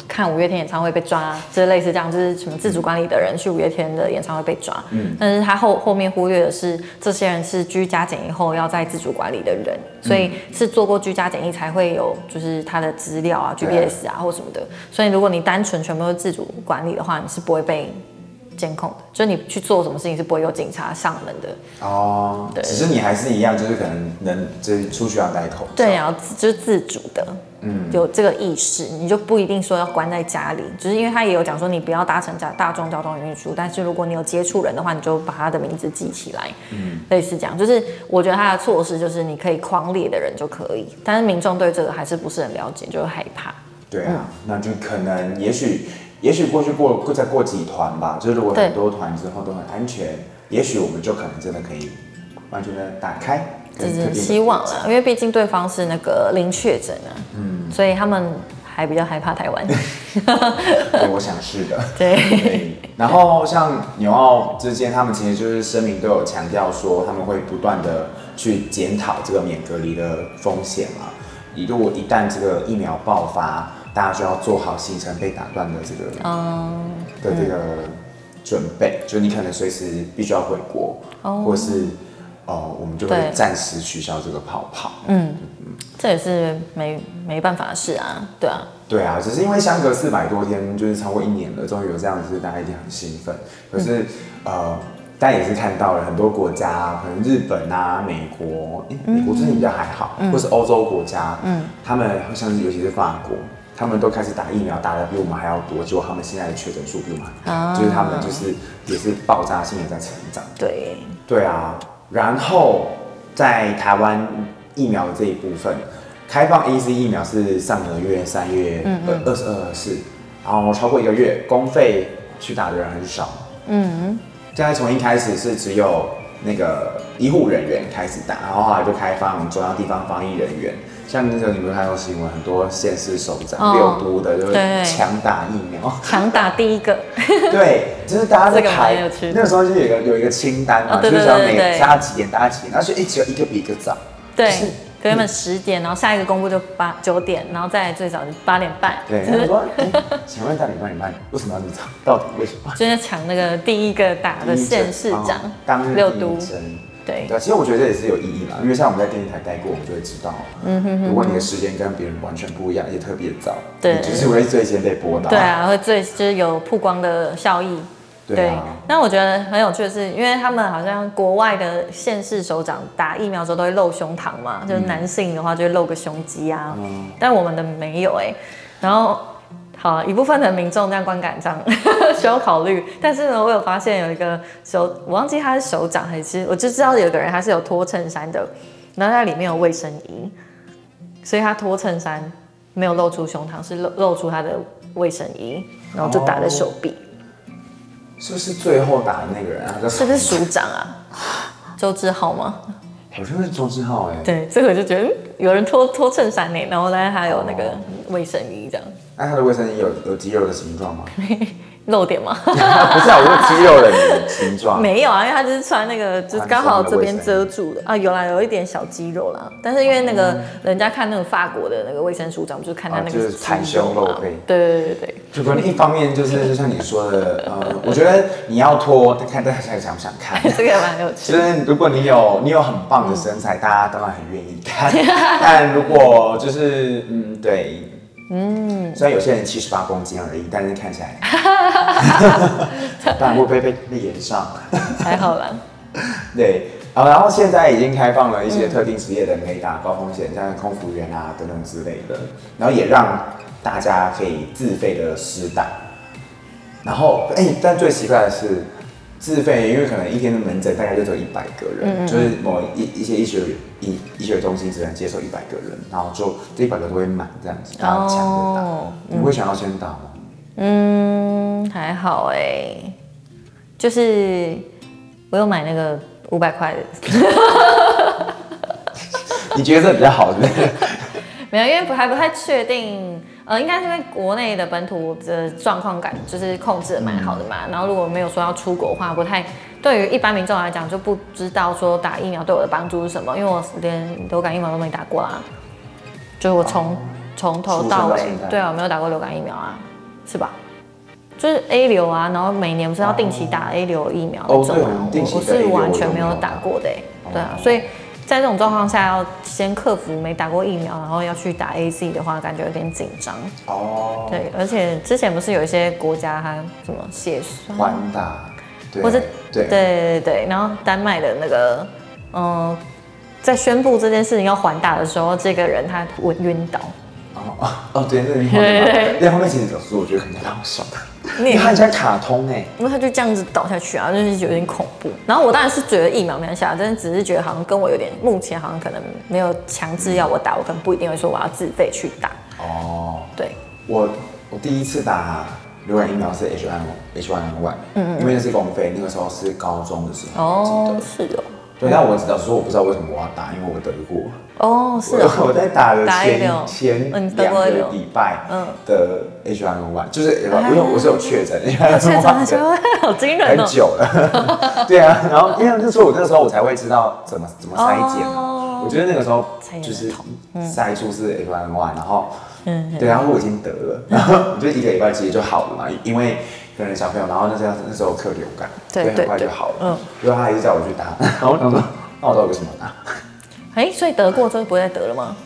[SPEAKER 1] 看五月天演唱会被抓，这类似这样，就是什么自主管理的人去五月天的演唱会被抓。嗯，但是他后后面忽略的是，这些人是居家检疫后要在自主管理的人，所以是做过居家检疫才会有，就是他的资料啊、
[SPEAKER 2] 对
[SPEAKER 1] GPS 啊或什么的。所以如果你单纯全部都是自主管理的话，你是不会被。监控的，就是你去做什么事情是不会有警察上门的，
[SPEAKER 2] 哦，只是你还是一样，就是可能能就是出去要戴口罩。
[SPEAKER 1] 对，然后自就是自主的，嗯，有这个意识，你就不一定说要关在家里，只是因为他也有讲说你不要搭乘交大众交通运输，但是如果你有接触人的话，你就把他的名字记起来，嗯，类似这样，就是我觉得他的措施就是你可以狂列的人就可以，但是民众对这个还是不是很了解，就害怕，
[SPEAKER 2] 对啊，那就可能也许也许过去过过再过几团吧，就是如果
[SPEAKER 1] 对
[SPEAKER 2] 很多团之后都很安全，也许我们就可能真的可以完全的打开。
[SPEAKER 1] 这
[SPEAKER 2] 跟特定
[SPEAKER 1] 是
[SPEAKER 2] 的
[SPEAKER 1] 希望啦，因为毕竟对方是那个零确诊啊，嗯，所以他们还比较害怕 台湾，
[SPEAKER 2] 对，我想是的。
[SPEAKER 1] 对。
[SPEAKER 2] 对，然后像纽澳之间，他们其实就是声明都有强调说，他们会不断的去检讨这个免隔离的风险嘛。一如果一旦这个疫苗爆发，大家就要做好行程被打断的这个的这个准备，就你可能随时必须要回国，或是哦，我们就会
[SPEAKER 1] 对
[SPEAKER 2] 暂时取消这个泡泡。
[SPEAKER 1] 这也是没没办法的事啊，对啊，
[SPEAKER 2] 对啊，只是因为相隔四百多天，就是超过一年了，终于有这样的事，大家一定很兴奋。可是，呃，大家也是看到了很多国家，可能日本啊、美国，诶美国最近比较还好，或是欧洲国家，嗯，他们像是尤其是法国，他们都开始打疫苗，打的比我们还要多，结果他们现在的确诊数比我们还高，就是他们就是也是爆炸性的在成长。
[SPEAKER 1] 对，
[SPEAKER 2] 对啊，然后在台湾疫苗的这一部分，开放 A C 疫苗是上个月三月
[SPEAKER 1] 嗯
[SPEAKER 2] 呃二十二四，然后超过一个月，公费去打的人很少。嗯，现在从一开始是只有那个医护人员开始打，然后后来就开放中央地方防疫人员。像那个你们看到新闻，很多县市首长、
[SPEAKER 1] 哦
[SPEAKER 2] 六都的就是
[SPEAKER 1] 对
[SPEAKER 2] 强打疫苗。
[SPEAKER 1] 强打第一个，
[SPEAKER 2] 对，就是大家在
[SPEAKER 1] 这个蛮
[SPEAKER 2] 排
[SPEAKER 1] 有趣的
[SPEAKER 2] 那个时候就有一个有一个清单嘛，
[SPEAKER 1] 哦对
[SPEAKER 2] 就是
[SPEAKER 1] 对
[SPEAKER 2] 要
[SPEAKER 1] 对
[SPEAKER 2] 每
[SPEAKER 1] 对
[SPEAKER 2] 大家几点，大家几点，然后就一直有一个比一个早。
[SPEAKER 1] 对
[SPEAKER 2] 就是，
[SPEAKER 1] 原本十点，然后下一个公布就八九点，然后再来最早就八点半，
[SPEAKER 2] 对，
[SPEAKER 1] 就
[SPEAKER 2] 然后
[SPEAKER 1] 是
[SPEAKER 2] 说，哎请问到底半点半为什么要这么早？到底为什么？
[SPEAKER 1] 就是抢那个第一个打的县市长
[SPEAKER 2] 哦，嗯当日
[SPEAKER 1] 六
[SPEAKER 2] 应
[SPEAKER 1] 都，
[SPEAKER 2] 征
[SPEAKER 1] 对
[SPEAKER 2] 对，其实我觉得这也是有意义啦，因为像我们在电视台待过，我们就会知道，嗯哼如果你的时间跟别人完全不一样，也特别早，
[SPEAKER 1] 对
[SPEAKER 2] 你就是会最先被播到。
[SPEAKER 1] 对，啊，会最就是有曝光的效益。
[SPEAKER 2] 对啊
[SPEAKER 1] 那我觉得很有趣的是，因为他们好像国外的县市首长打疫苗的时候都会露胸膛嘛，
[SPEAKER 2] 嗯
[SPEAKER 1] 就是男性的话就会露个胸肌啊，但我们的没有哎、然后好一部分的民众这样观感上 需要考虑，但是呢，我有发现有一个首，我忘记他是首长还是我就知道有个人他是有脱衬衫的，然后他里面有卫生衣，所以他脱衬衫没有露出胸膛，是露露出他的卫生衣，然后就打在手臂。
[SPEAKER 2] 是不是最后打的那个人啊？
[SPEAKER 1] 是不是署长啊？周志浩吗？
[SPEAKER 2] 好像是周志浩哎、
[SPEAKER 1] 对，这个我就觉得嗯有人脱脱衬衫呢，然后呢还有那个卫生衣这样
[SPEAKER 2] 那他的卫生衣有有肌肉的形状吗？
[SPEAKER 1] 露点吗？
[SPEAKER 2] 不是啊，我说肌肉的形 状。
[SPEAKER 1] 没有啊，因为他就是穿那个，就是刚好这边遮住的啊，有啦，有一点小肌肉啦。但是因为那个人家看那个法国的那个卫生署哦长，就是看他那个
[SPEAKER 2] 啊就是
[SPEAKER 1] 肌
[SPEAKER 2] 袒胸
[SPEAKER 1] 肉
[SPEAKER 2] 露
[SPEAKER 1] 嘛
[SPEAKER 2] 背
[SPEAKER 1] 对对对对
[SPEAKER 2] 就可能一方面就是就像你说的，呃，我觉得你要脱，看大家想不想看。
[SPEAKER 1] 对，这 个也蛮有趣
[SPEAKER 2] 就
[SPEAKER 1] 的。
[SPEAKER 2] 是如果你有你有很棒的身材，大家当然很愿意看。但如果就是嗯对，嗯，虽然有些人七十八公斤而已，但是看起来， 不然会不会被被延上？
[SPEAKER 1] 还好啦，
[SPEAKER 2] 对，啊，然后现在已经开放了一
[SPEAKER 1] 嗯
[SPEAKER 2] 些特定职业的人可以打高风险，像空服员啊等等之类的，然后也让大家可以自费的施打。然后，哎、但最奇怪的是，自费，因为可能一天的门诊大概就只有一百个
[SPEAKER 1] 嗯
[SPEAKER 2] 人，就是某一一些医学医医学中心只能接受一百个人，然后就这一百个都会满这样子，大家抢着打。
[SPEAKER 1] 哦
[SPEAKER 2] 你会想要先打吗？
[SPEAKER 1] 嗯，还好哎、就是我有买那个五百块的
[SPEAKER 2] 你觉得这比较好是不是？
[SPEAKER 1] 没有，因为不还不太确定，呃，应该是因为国内的本土的状况感就是控制的蛮好的嘛。
[SPEAKER 2] 嗯
[SPEAKER 1] 然后如果没有说要出国的话，不太对于一般民众来讲就不知道说打疫苗对我的帮助是什么，因为我连流感疫苗都没打过啦。啊就是我从从头
[SPEAKER 2] 哦出生
[SPEAKER 1] 到
[SPEAKER 2] 到
[SPEAKER 1] 尾
[SPEAKER 2] 现在，
[SPEAKER 1] 对啊，我没有打过流感疫苗啊，是吧？就是 A 流啊，然后每年不是要定期打 A 流疫苗
[SPEAKER 2] 哦
[SPEAKER 1] 那种
[SPEAKER 2] 对
[SPEAKER 1] 啊
[SPEAKER 2] 我们，定
[SPEAKER 1] 我
[SPEAKER 2] 期
[SPEAKER 1] 我
[SPEAKER 2] 打 A
[SPEAKER 1] 是
[SPEAKER 2] 流
[SPEAKER 1] 完
[SPEAKER 2] 我
[SPEAKER 1] 全
[SPEAKER 2] 都
[SPEAKER 1] 没
[SPEAKER 2] 没
[SPEAKER 1] 有
[SPEAKER 2] 有
[SPEAKER 1] 打
[SPEAKER 2] 打
[SPEAKER 1] 过的欸，
[SPEAKER 2] 哦
[SPEAKER 1] 对啊，所以在这种状况下要先克服没打过疫苗，然后要去打 A Z 的话，感觉有点紧张。
[SPEAKER 2] 哦，
[SPEAKER 1] 对，而且之前不是有一些国家它什么血栓
[SPEAKER 2] 环打，对，
[SPEAKER 1] 或是
[SPEAKER 2] 对
[SPEAKER 1] 对对对，然后丹麦的那个，嗯，在宣布这件事情要还打的时候，这个人他晕晕倒，
[SPEAKER 2] 哦哦对，那你后面
[SPEAKER 1] 对对
[SPEAKER 2] 吧那后面其实手术我觉得很蛮好笑的，
[SPEAKER 1] 你
[SPEAKER 2] 你看像卡通哎，
[SPEAKER 1] 因为他就这样子倒下去啊，就是有点恐怖。然后我当然是觉得疫苗没关系啊，但是只是觉得好像跟我有点，目前好像可能没有强制要我打，我可能不一定会说我要自费去打。
[SPEAKER 2] 哦，
[SPEAKER 1] 对，
[SPEAKER 2] 我我第一次打流感疫苗是 H 1 H 1 N 1嗯嗯，因为那是公费，那个时候是高中的时候，我记
[SPEAKER 1] 哦
[SPEAKER 2] 得，
[SPEAKER 1] 是哦，
[SPEAKER 2] 对，但我只能说我不知道为什么我要打，因为我得过。
[SPEAKER 1] 哦是哦，
[SPEAKER 2] 我在打的
[SPEAKER 1] 打一流
[SPEAKER 2] 前前
[SPEAKER 1] 嗯德
[SPEAKER 2] 两
[SPEAKER 1] 国
[SPEAKER 2] 个
[SPEAKER 1] 一流
[SPEAKER 2] 礼拜
[SPEAKER 1] 嗯
[SPEAKER 2] 的 H 1 N 1就是因为我是有确诊，H 1 N
[SPEAKER 1] 啊确诊的时
[SPEAKER 2] 1
[SPEAKER 1] 候 好惊人
[SPEAKER 2] 很
[SPEAKER 1] 哦。
[SPEAKER 2] 久了， 对啊，然后因为那时候我那时候我才会知道怎么怎么筛检嘛
[SPEAKER 1] 哦，
[SPEAKER 2] 我觉得那个时候
[SPEAKER 1] 才有
[SPEAKER 2] 就
[SPEAKER 1] 人嗯
[SPEAKER 2] 是
[SPEAKER 1] 懂
[SPEAKER 2] 筛出是 H 1 N 1然后
[SPEAKER 1] 嗯
[SPEAKER 2] 对，啊然后我已经得了， 然后我就一个礼拜其实就好了嘛，因为可能小朋友，然后那时候那时候克流感，
[SPEAKER 1] 对
[SPEAKER 2] 所以
[SPEAKER 1] 对
[SPEAKER 2] 很快就
[SPEAKER 1] 对
[SPEAKER 2] 好了，嗯
[SPEAKER 1] 嗯，
[SPEAKER 2] 然后他还是叫我去 打，然后我想说，那我到底为什么打？
[SPEAKER 1] 哎，所以得过之后就不会再得了吗？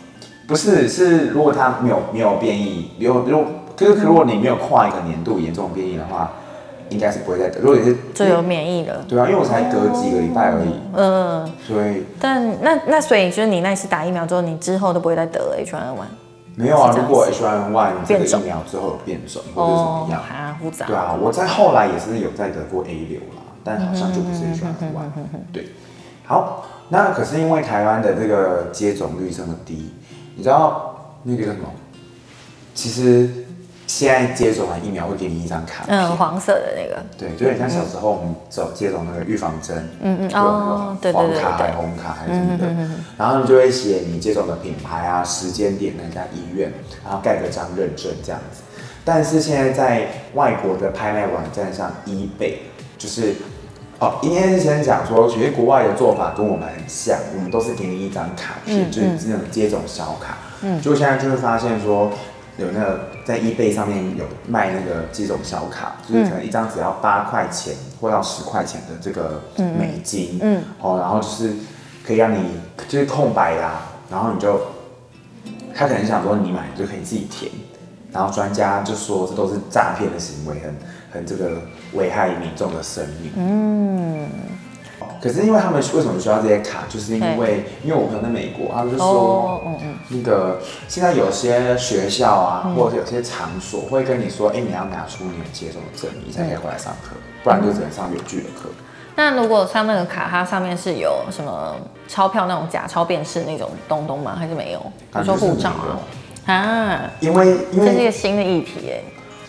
[SPEAKER 2] 不是，是如果他没有没有变异，如果如果可是如果你没有跨一个年度严重变异的话，应该是不会再得。如果你是
[SPEAKER 1] 就有免疫了。
[SPEAKER 2] 对啊，因为我才隔几个礼拜而已，
[SPEAKER 1] 嗯，
[SPEAKER 2] 所以
[SPEAKER 1] 但那那所以就是你那次打疫苗之后，你之后都不会再得了 H1N1
[SPEAKER 2] 没有啊。
[SPEAKER 1] 是这样
[SPEAKER 2] 如果 H1N1 这个
[SPEAKER 1] 变
[SPEAKER 2] 疫
[SPEAKER 1] 种
[SPEAKER 2] 苗之后有变种或者怎么样，
[SPEAKER 1] 啊，复杂。
[SPEAKER 2] 对啊，我在后来也是有在得过 A 流啦，但好像就不是
[SPEAKER 1] 嗯
[SPEAKER 2] H1N1。对，好，那可是因为台湾的这个接种率这么低，你知道那个叫什么？其实现在接种完疫苗会给你一张卡片，
[SPEAKER 1] 嗯，黄色的那个，
[SPEAKER 2] 对，就有点像小时候我们走接种那个预防针，
[SPEAKER 1] 嗯嗯
[SPEAKER 2] 就有那种
[SPEAKER 1] 哦对对
[SPEAKER 2] 黄
[SPEAKER 1] 对
[SPEAKER 2] 卡
[SPEAKER 1] 对
[SPEAKER 2] 还红卡还是什么的，然后你就会写你接种的品牌啊、时间点、那家医院，然后盖个章认证这样子。但是现在在外国的拍卖网站上，eBay 就是。哦，应该是先讲说，其实国外的做法跟我们很像，我们都是给你一张卡片，就是那种接种小卡。嗯，就现在就会发现说，有那个在 eBay 上面有卖那个接种小卡，就是可能一张只要八块钱或到十块钱的这个美金，嗯，哦，然后就是可以让你就是空白啦、然后你就他可能想说你买就可以自己填，然后专家就说这都是诈骗的行为，很很这个危害民众的生命。嗯。可是因为他们为什么需要这些卡，就是因为因为我朋友在美国，他们就说
[SPEAKER 1] 哦嗯嗯，
[SPEAKER 2] 那个现在有些学校啊，或者是有些场所会跟你说，哎，你要拿出你有接种证明你才可以回来上课，不然就只能上远距的课。
[SPEAKER 1] 那如果像那个卡，它上面是有什么钞票那种假钞辨识那种东东吗？还是没有？比
[SPEAKER 2] 感
[SPEAKER 1] 如说
[SPEAKER 2] 觉是没有
[SPEAKER 1] 护照啊？啊，
[SPEAKER 2] 因为因
[SPEAKER 1] 这是一
[SPEAKER 2] 为
[SPEAKER 1] 个新的议题哎、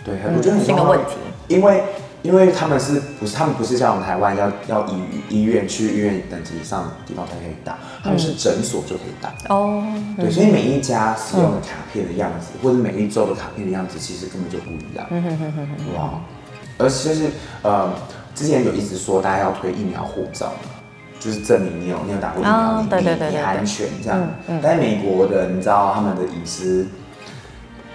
[SPEAKER 2] 对，我觉得很
[SPEAKER 1] 是一个
[SPEAKER 2] 重要
[SPEAKER 1] 问题
[SPEAKER 2] 因为因为他们是不是他们不是像我们台湾要要医医院去医院等级以上的地方才可以打，他们是诊所就可以打。
[SPEAKER 1] 哦，
[SPEAKER 2] 对，所以每一家使用的卡片的样子，或者每一周的卡片的样子，其实根本就不一样。哇！而且就是呃，之前有一直说大家要推疫苗护照嘛，就是证明你有你有打过疫苗，
[SPEAKER 1] 哦
[SPEAKER 2] 你
[SPEAKER 1] 对对
[SPEAKER 2] 你
[SPEAKER 1] 对
[SPEAKER 2] 你
[SPEAKER 1] 对嗯
[SPEAKER 2] 安全这样。但是美国的，你知道他们的隐私。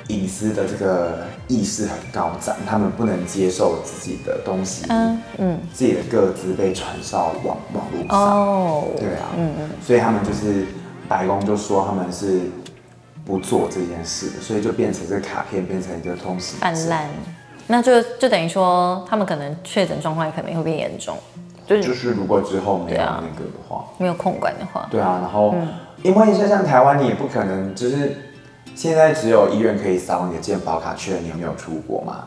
[SPEAKER 2] 隐私的这个意识很高涨，他们不能接受自己的东西，嗯嗯，自己的个资被传到网网络上，
[SPEAKER 1] 哦，
[SPEAKER 2] 对啊，嗯嗯，所以他们就是白宫就说他们是不做这件事的，所以就变成这个卡片变成一个通行
[SPEAKER 1] 泛
[SPEAKER 2] 证，
[SPEAKER 1] 滥，那就就等于说他们可能确诊状况也可能会变严重，就
[SPEAKER 2] 就是是如果之后没
[SPEAKER 1] 对
[SPEAKER 2] 有
[SPEAKER 1] 啊
[SPEAKER 2] 那个的话，
[SPEAKER 1] 没有控管的话，
[SPEAKER 2] 对啊，然后、因为像像台湾你也不可能就是现在只有医院可以扫你的健保卡确认你有没有出国嘛，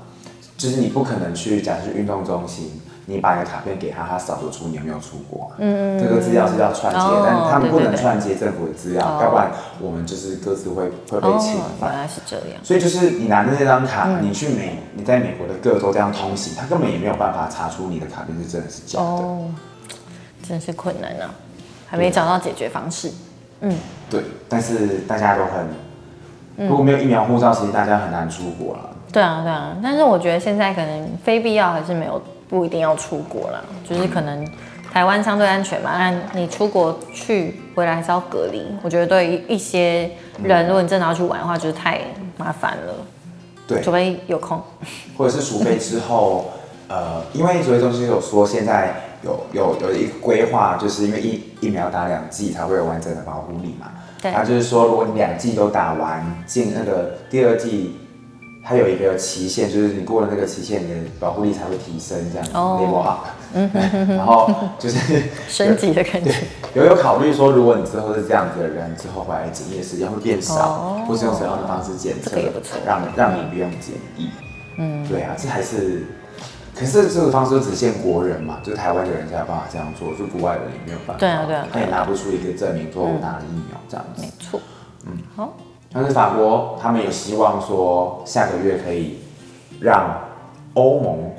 [SPEAKER 2] 就是你不可能去假设运动中心。你把你的卡片给他，他扫得出你有没有出国、嗯，这个资料是要串接，
[SPEAKER 1] 哦
[SPEAKER 2] 但他们不
[SPEAKER 1] 对
[SPEAKER 2] 能
[SPEAKER 1] 对对
[SPEAKER 2] 串接政府的资料，
[SPEAKER 1] 哦
[SPEAKER 2] 要不然我们就是各自会会被侵
[SPEAKER 1] 哦，
[SPEAKER 2] 犯
[SPEAKER 1] 原。来是这样，
[SPEAKER 2] 所以就是你拿着那张卡，你去美，你在美国的各州这样通行，他根本也没有办法查出你的卡片是真的是假的。
[SPEAKER 1] 哦，真是困难啊，还没找到解决方式。
[SPEAKER 2] 对，但是大家都很，如果没有疫苗护照，其实大家很难出国了。
[SPEAKER 1] 对啊，对啊，但是我觉得现在可能非必要还是没有不一定要出国啦，就是可能台湾相对安全嘛，但你出国去回来还是要隔离。我觉得对于一些人，如果你真的要去玩的话，就是太麻烦了，
[SPEAKER 2] 对
[SPEAKER 1] 除，非有空。
[SPEAKER 2] 或者是除非之后，呃，因为指挥中心有说现在有有有一个规划，就是因为疫疫苗打两剂才会有完整的保护力嘛。
[SPEAKER 1] 对
[SPEAKER 2] 它就是说，如果你两剂都打完，进那个第二剂，它有一个期限，就是你过了那个期限，你的保护力才会提升，这样子
[SPEAKER 1] 哦
[SPEAKER 2] level up。然后就是
[SPEAKER 1] 升级的感觉。
[SPEAKER 2] 有有考虑说，如果你之后是这样子的人，之后回来检验时间会变少，
[SPEAKER 1] 哦
[SPEAKER 2] 或是用什么样的方式检测
[SPEAKER 1] 这个也不错，
[SPEAKER 2] 让让你不用检疫。嗯，对啊，这还是，可是这个方式只限国人嘛，就是台湾的人才有办法这样做，就国外的人也没有办法。
[SPEAKER 1] 对啊对啊嗯
[SPEAKER 2] 他也拿不出一个证明说我打了疫苗这样子。
[SPEAKER 1] 没错。嗯，好，
[SPEAKER 2] 但是法国他们有希望说下个月可以让欧盟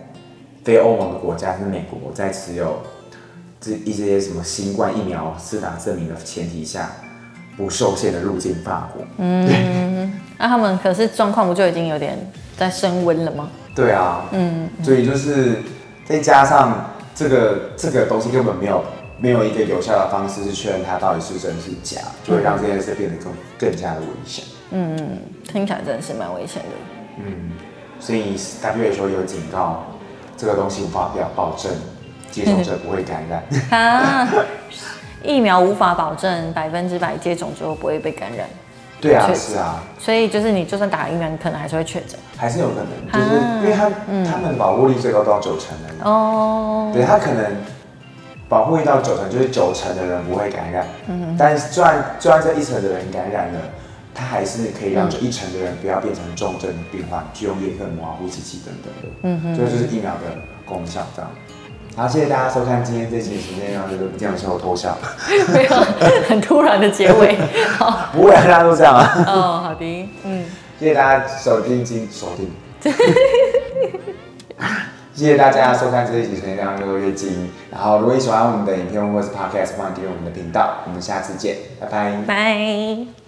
[SPEAKER 2] 非欧盟的国家是美国在持有这一些什么新冠疫苗施打证明的前提下，不受限的入境法国。
[SPEAKER 1] 那、啊他们可是状况不就已经有点在升温了吗？
[SPEAKER 2] 对啊，嗯，所以就是再加上这个这个东西根本没有没有一个有效的方式去确认它到底是真是假，就会让这件事变得更更加的危险。
[SPEAKER 1] 听起来真的是蛮危险的。
[SPEAKER 2] 所以 WHO 有警告，这个东西无法表保证接种者不会感 染。
[SPEAKER 1] 啊，疫苗无法保证百分之百接种之后不会被感染，
[SPEAKER 2] 对啊，
[SPEAKER 1] 确实
[SPEAKER 2] 是啊，
[SPEAKER 1] 所以就是你就算打了疫苗，你可能还是会确诊。
[SPEAKER 2] 还是有可能，就是因为他、他们的保护力最高到九成而已，
[SPEAKER 1] 哦，
[SPEAKER 2] 对他可能保护力到九成，就是九成的人不会感染。嗯，但是虽然虽然这一成的人感染了。他还是可以让这一成的人不要变成重症病患，去用叶克膜啊、呼吸器等等的，嗯哼，这就是疫苗的功效这样。好，谢谢大家收看今天这期时间，然后这个不见不我偷笑，
[SPEAKER 1] 没有，很突然的结尾。好，
[SPEAKER 2] 不会啊，大家都这样啊。
[SPEAKER 1] 哦，好的，嗯，
[SPEAKER 2] 谢谢大家收听今收听，谢谢大家收看这一集《成长六月经》。然后，如果你喜欢我们的影片或是 podcast，欢迎订阅我们的频道。我们下次见，拜拜。
[SPEAKER 1] 拜。